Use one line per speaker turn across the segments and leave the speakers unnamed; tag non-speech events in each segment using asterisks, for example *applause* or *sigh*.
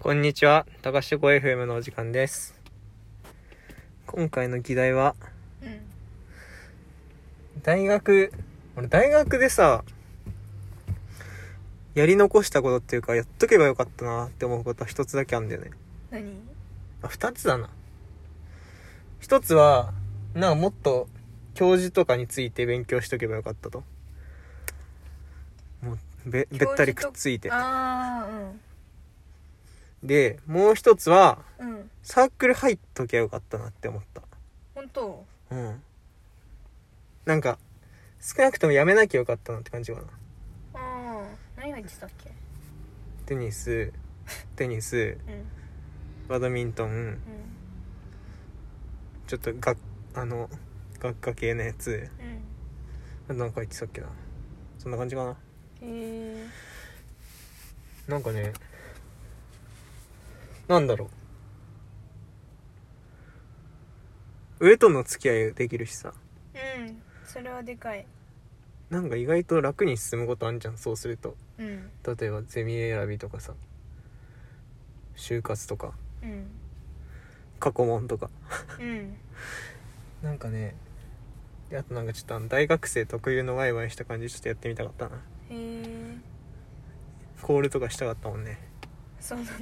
こんにちは、高志子 FM のお時間です。今回の議題は、
うん
大学、俺大学でさ、やり残したことっていうか、やっとけばよかったなって思うことは一つだけあるんだよね。
何
あ、二つだな。一つは、なんかもっと、教授とかについて勉強しとけばよかったと。もう、べ、べったりくっついて。
ああうん
で、もう一つは、
うん
サークル入っときゃよかったなって思った。
本当
うん。なんか、少なくともやめなきゃよかったなって感じかな。
ああ何入ってたっけ
テニス、テニス、
うんうん
バドミントン、ちょっとが、あの、学科系のやつ、
うん
あとなんか言ってたっけな。そんな感じかな。
へえ
なんかね、なんだろう。上との付き合いできるしさ。
うんそれはでかい
なんか意外と楽に進むことあんじゃん、そうすると。
うん
例えばゼミ選びとかさ、就活とか、
うん
過去問とか。
うん
なんかねであとなんかちょっとあの大学生特有のワイワイした感じちょっとやってみたかったな
へえ
コールとかしたかったもんね
そうなんだ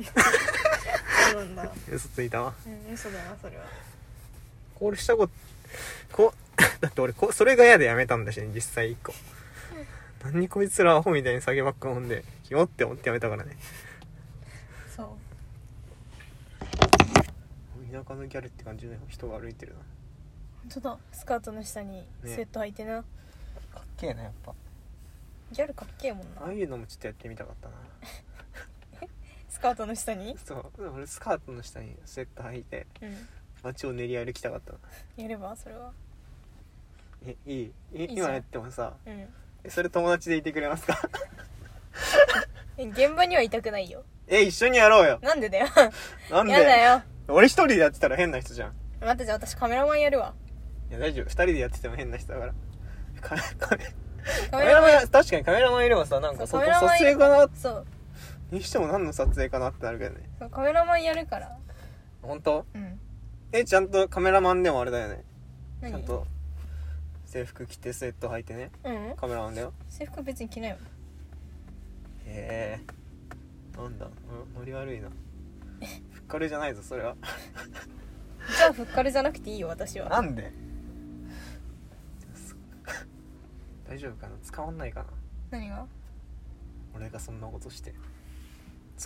そうなんだ
嘘ついたわ
うん嘘だなそれは
コールしたことこ *laughs* だって俺こそれが嫌でやめたんだしね実際一個何こいつらアホみたいに酒ばっか飲んでキモって思ってやめたからね
そう
田舎のギャルって感じの人が歩いてるな
本当だスカートの下にスウェット履いてな、
かっけえなやっぱ
ギャルかっけえもんな
ああいうのもちょっとやってみたかったな
スカートの下に
そう俺スカートの下にスウェット履いて
うん
街を練り歩きたかったな
やればそれは
えいいい
いじゃん
今やってもさ
うん
えそれ友達でいてくれますか
え現場にはいたくないよ
え一緒にやろうよ
なんでだよ
なんで
やだよ
俺一人でやってたら変な人じゃん
待ってじゃあ私カメラマンやるわ
いや大丈夫二人でやってても変な人だからカメカメ
カ
カ
メ
メ
ラ
ラ
マ
マ
ン
ン確かにカメラマンいればさなんか
そ
そうこ
カメラ
撮
マンい
影かな
そう
にしても何の撮影かなってなるけどね
そうカメラマンやるから
本当
うん
えちゃんとカメラマンでもあれだよねち
何
ゃんと制服着てスウェット履いてね
うん
カメラマンだよ
制服別に着
*laughs*
ないよ
へえなんだノリ悪いなふっかるじゃないぞそれは
じゃあふっかるじゃなくていいよ私は
なん
*laughs*
で大丈夫かな捕まんないかな
何が
俺がそんなことして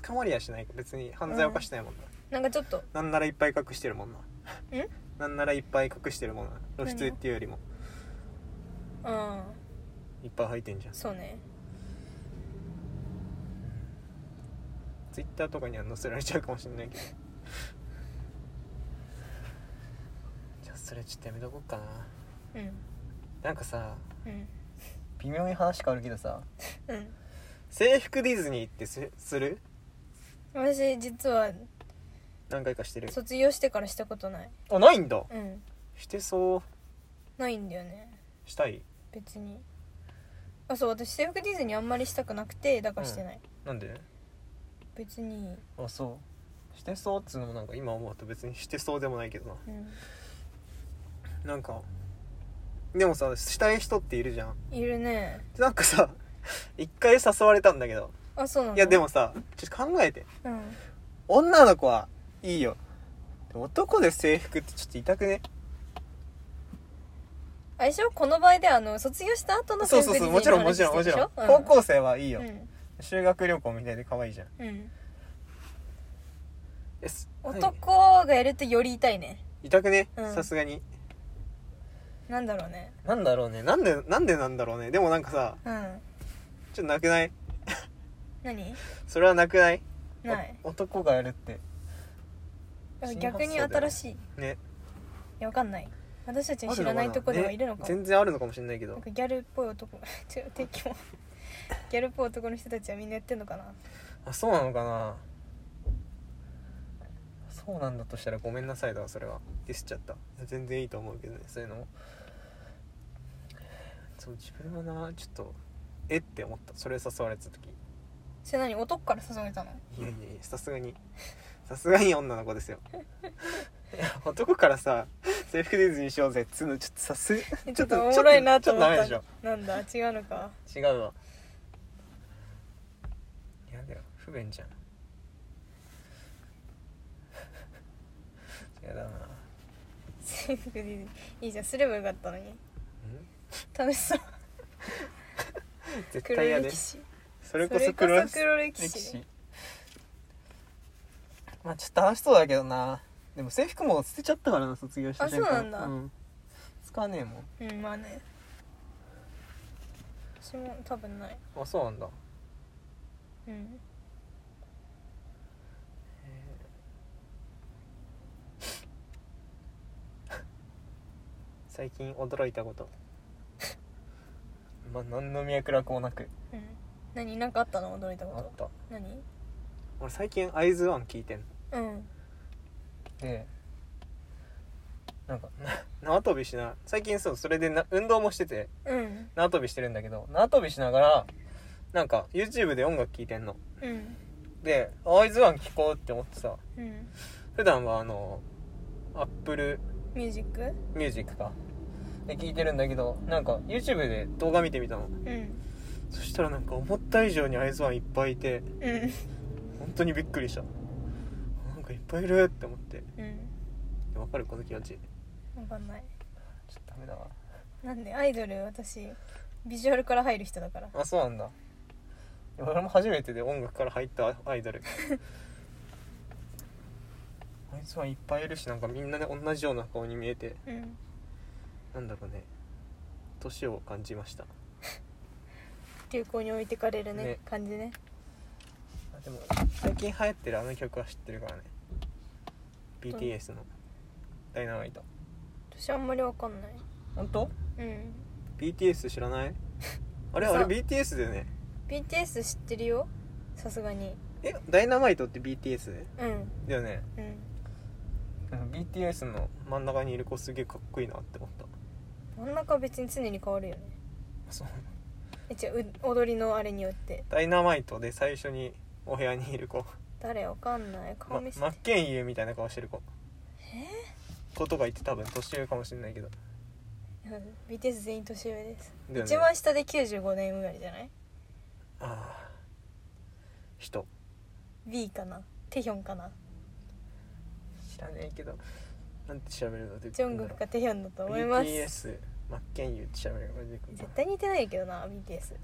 捕まりやしない別に犯罪犯してないもんな、
なんかちょっと
なんならいっぱい隠してるもんなんなんならいっぱい隠してるもんな露出っていうよりも
うん
いっぱい履いてんじゃん
そうね
ツイッターとかには載せられちゃうかもしんないけどじゃあそれちょっとやめとこうかな
うん
なんかさ
うん
微妙に話変わるけどさ
うん
制服ディズニーってすする
私実は
何回かしてる
卒業してからしたことない
あないんだ
うん
してそう
ないんだよね
したい
別にあそう私制服ディズニーあんまりしたくなくてだからしてない、
なんで
別に
あそうしてそうっつうのもなんか今思うと別にしてそうでもないけどな
うん
なんかでもさしたい人っているじゃん
いるね
なんかさ *laughs* 一回誘われたんだけど
あそうなの
いやでもさちょっと考えて
うん
女の子はいいよでも男で制服ってちょっと痛くね
相性この場合ではあの卒業した後の
そう
制服
そう
ディ
そ
ズ
うもちろ
ニー
んもちろんもちろん、高校生はいいよ、
うん
修学旅行みたいで可愛いじゃん
うん
えす
男がやるとより痛いね
痛くね
うん
さすがに
なんだろうね
なんだろうねなんでなんでなんだろうねでもなんかさ
うん
ちょっとなくない
何
それはなくない
ない
お男がやるって新発
逆
想
に
だよね
新しいい
ね
やわかんない私たちに知らないとこではいるの
ね
かも
全然あるのかもしれないけ
なん
ど
かギャルっぽい男 *laughs* 違う敵もギャルっぽい男の人たちはみんなやってんのかな
あそうなのかなそうなんだとしたらごめんなさいだわそれはディスっちゃった全然いいと思うけどねそういうのもそう自分はなちょっとえって思ったそれ誘われた時
それ何男から注げたの
いやいやいやさすがにさすがに女の子ですよいや男からさ制服ディズニーしようぜっつうのちょっとさす
えちょっとおもろいな
ち
と
ょっ
思
と
っ
ダメで
た
しょ
なんだ違うのか
違うわやだよ不便じゃん *laughs* やだな
制服ディズニーいいじゃんすればよかったのに楽しそう
絶
黒
対やで
歴史
それこそ黒
それこそ黒歴
歴
史ね
史まあちょっと楽しそうだけどなでも制服も捨てちゃったからな卒業した瞬間
あそうなんだ
使わねえも
うんまあね私も多分ない
んあそうなんだ
うん
最近驚いたこと *laughs* まあ何の脈絡もなく
うん何なんかあったの驚いたこ
あっ
と
た
何
俺最近アイズワン聞いてんの
うん
でなんか *laughs* 縄跳びしな最近そうそれでな運動もしてて
うん
縄跳びしてるんだけど縄跳びしながらなんか YouTube で音楽聴いてんの
うん
で「アイズワン聴こう」って思ってさ
うん
普段はあの Apple
ミュージック
Music かで聴いてるんだけどなんか YouTube で動画見てみたの
うん
そしたらなんか思った以上にアイズワンいっぱいいて
うん
本当にびっくりしたなんかいっぱいいるって思って
うん
わかるこの気持ちちょ
わかんない
っとダメだわ
なんでアイドル私ビジュアルから入る人だから
あそうなんだいや俺も初めてで音楽から入ったアイドル *laughs* あいつはいっぱいいるしなんかみんなね同じような顔に見えて
うん
なんだろうね年を感じました
流行に置いてかれるね
ね
感じね
あでも最近流行ってるあの曲は知ってるからね BTS の「ダイナマイト
私あんまりわかんない」
本当
うん
?BTS 知ら *laughs* ないあれ
そう
あれ BTS だよね
BTS 知ってるよさすがに
えダイナマイトって BTS
うん
だよね
うん
うん BTS の真ん中にいる子すげえかっこいいなって思った
真ん中は別に常に変わるよね
そう
え違うう踊りのあれによって
ダイナマイトで最初にお部屋にいる子、
誰わかんない顔
ま、
見せ
真
て、
っ健優みたいな顔してる子子とか言って多分年上かもしれないけど
うん、BTS 全員年上です、
だよね
一番下で95年生まれじゃない
ああ人
B かなテヒョンかな
知らないけどなんて調べるの出て
ジョ
ん
ン
だ
グ
ろ
ク
う
かテヒョンだと思います
BTS 真っ健優って調べるの出てくる
絶対似てないけどな BTS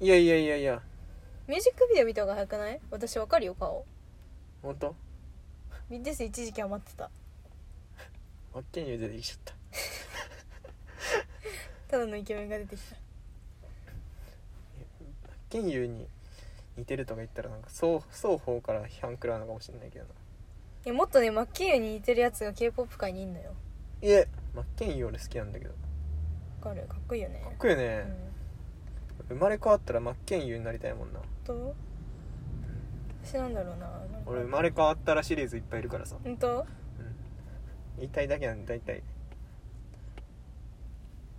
いやいやいやいや
ミュージックビデオ見た方が早くない私わかるよ顔
本当
BTS 一時期余ってた
真っ健優出てきちゃった
ただのイケメンが出てきた
真っ健優に似てるとか言ったらなんか双双方から批判食らうのかもしれないけどない
やもっとねマッキーユに似てるやつが k p o p 界にいんのよ
いえ真っ健優俺好きなんだけどか
わかるかっこいいよね
っこいいよ
う
ね、
ん
生まれ変わったら真っ健優になりたいもんな
と私なんだろうな
俺生まれ変わったらシリーズいっぱいいるからさ、
ほんと
言いたいだけなんで大体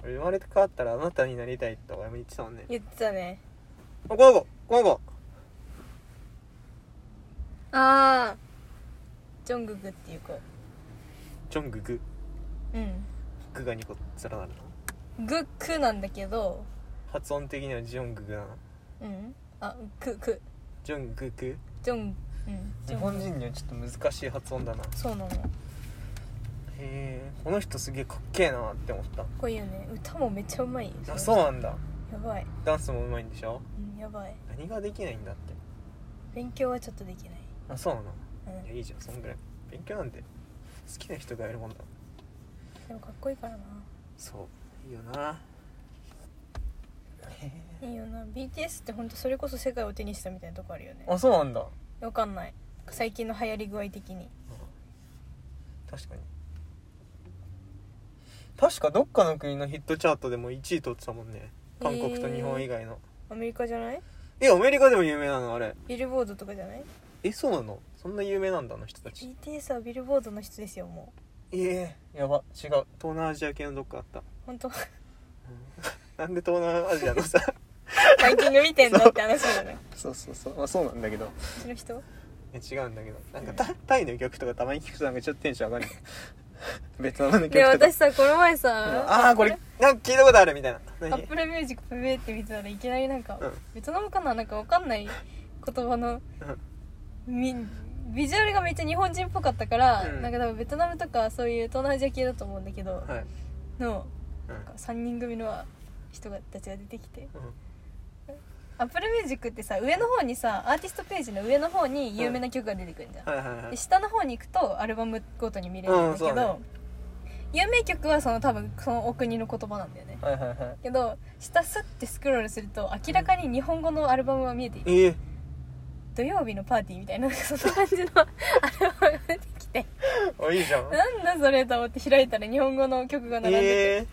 俺生まれ変わったらあなたになりたいとか言ってたもんね
言ってたね
あこの子この子
ああジョングクっていう子
ジョンググ
うん
グが2個連なるの
グックなんだけど
発音的にはジョンググだな
うんあクク
ジョンググ
ジョンうん
日
ジョン
本人にはちょっと難しい発音だなへ
そうなのかっ
えこの人すげえかっけえなって思っ
こいいよね歌もめっちゃうまいよ
たあそうなんだ
やばい、
ダンスもうまいんでしょ
うん、やばい
何ができないんだって
勉強はちょっとできない
あそうなの
うん
いやいいじゃんそんぐらい勉強なんて好きな人がやるもんだ
でもかっこいいからな
そういいよない
いよな BTS ってほんとそれこそ世界を手にしたみたいなとこあるよね
*laughs* あそうなんだ
わかんない最近の流行り具合的に
確かに確かどっかの国のヒットチャートでも1位取ってたもんね韓国と日本以外の
アメリカじゃない
えアメリカでも有名なのあれ
ビルボードとかじゃない
えそうなのそんな有名なんだあの人たち
BTS はビルボードの人ですよも
ええやば違う
*laughs*
東南アジア系のどっかあった
う本当
なんで東南アジアのさ
バイキング見てんのって話じゃない
*laughs* そうそうそうまあそうなんだけど
うちの人
え違うんだけどなんかタタイの曲とかたまに聞くとなんかちょっとテンション上がるよ *laughs* ベトナムの曲
で
とか
私さこの前さ
ああーこれなんか聞いたことあるみたいな
ア
何
ップルミュージックプレイって見てたらいきなりなんか、
うん
ベトナムかななんかわかんない言葉のみビジュアルがめっちゃ日本人っぽかったから、
うん
なんか多分ベトナムとかそういう東南アジア系だと思うんだけど、
はい、
の
うん
なんか3人組の人がたちが出てきて
うん
アップルミュージックってさ上の方にさアーティストページの上の方に有名な曲が出てくるじゃん、
はいはいはい
で下の方に行くとアルバムごとに見れるんだけど、
うんそうだね
有名曲はその多分そのお国の言葉なんだよね
はいはいはい
けど下スッてスクロールすると明らかに日本語のアルバムが見えている
ええ
土曜日のパーティーみたいな *laughs* なんかそんな感じのアルバムが出てきて
あいい *laughs* じゃん
なんだそれと思って開いたら日本語の曲が並んでて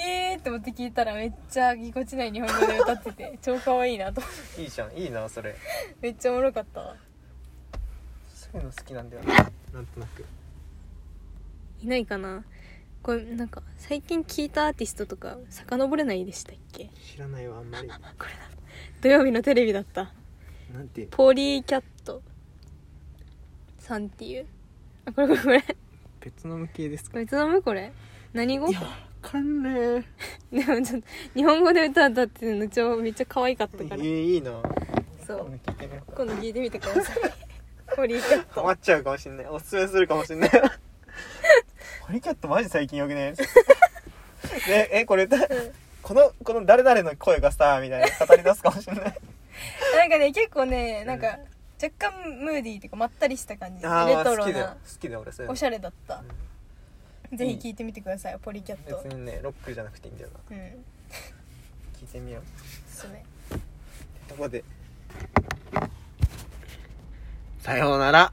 え
えー、って思って聞いたらめっちゃぎこちない日本語で歌ってて *laughs* 超可愛いなと思って
えいいじゃんいいなそれ
めっちゃおもろかったわ
そういうの好きなんだよなんとなく
いないかなこれなんか最近聞いたアーティストとか遡れないでしたっけ
知らないわあんまり
あこれだ土曜日のテレビだった
なんて
ポリーキャットさんっていうあこれこれこれ
ベトナム系ですか
ベトナムこれ何語
いやわかんね
でもちょっと日本語で歌歌ってるの超めっちゃ可愛かった
え
から
えいいな
そう
聞いてみよう
今度聞いてみてください *laughs* ポリーキャッ
ハ
ト
マっちゃうかもしんないおすすめするかもしんない
*laughs*
ホリキャットマジ最近よくねねえこれだこのこの誰々の声がさみたいな語り出すかもしんない
なんかね結構ねなんか若干ムーディーっていうかまったりした感じレ
あー
ト
好
ロ
きだよ
な
好きだよ俺そういう
お
の
しゃれだったぜひ聞いてみてくださいポリーキャット
別にねロックじゃなくていいんだよな
うん
聞いてみよう
おすすめ
とこでさようなら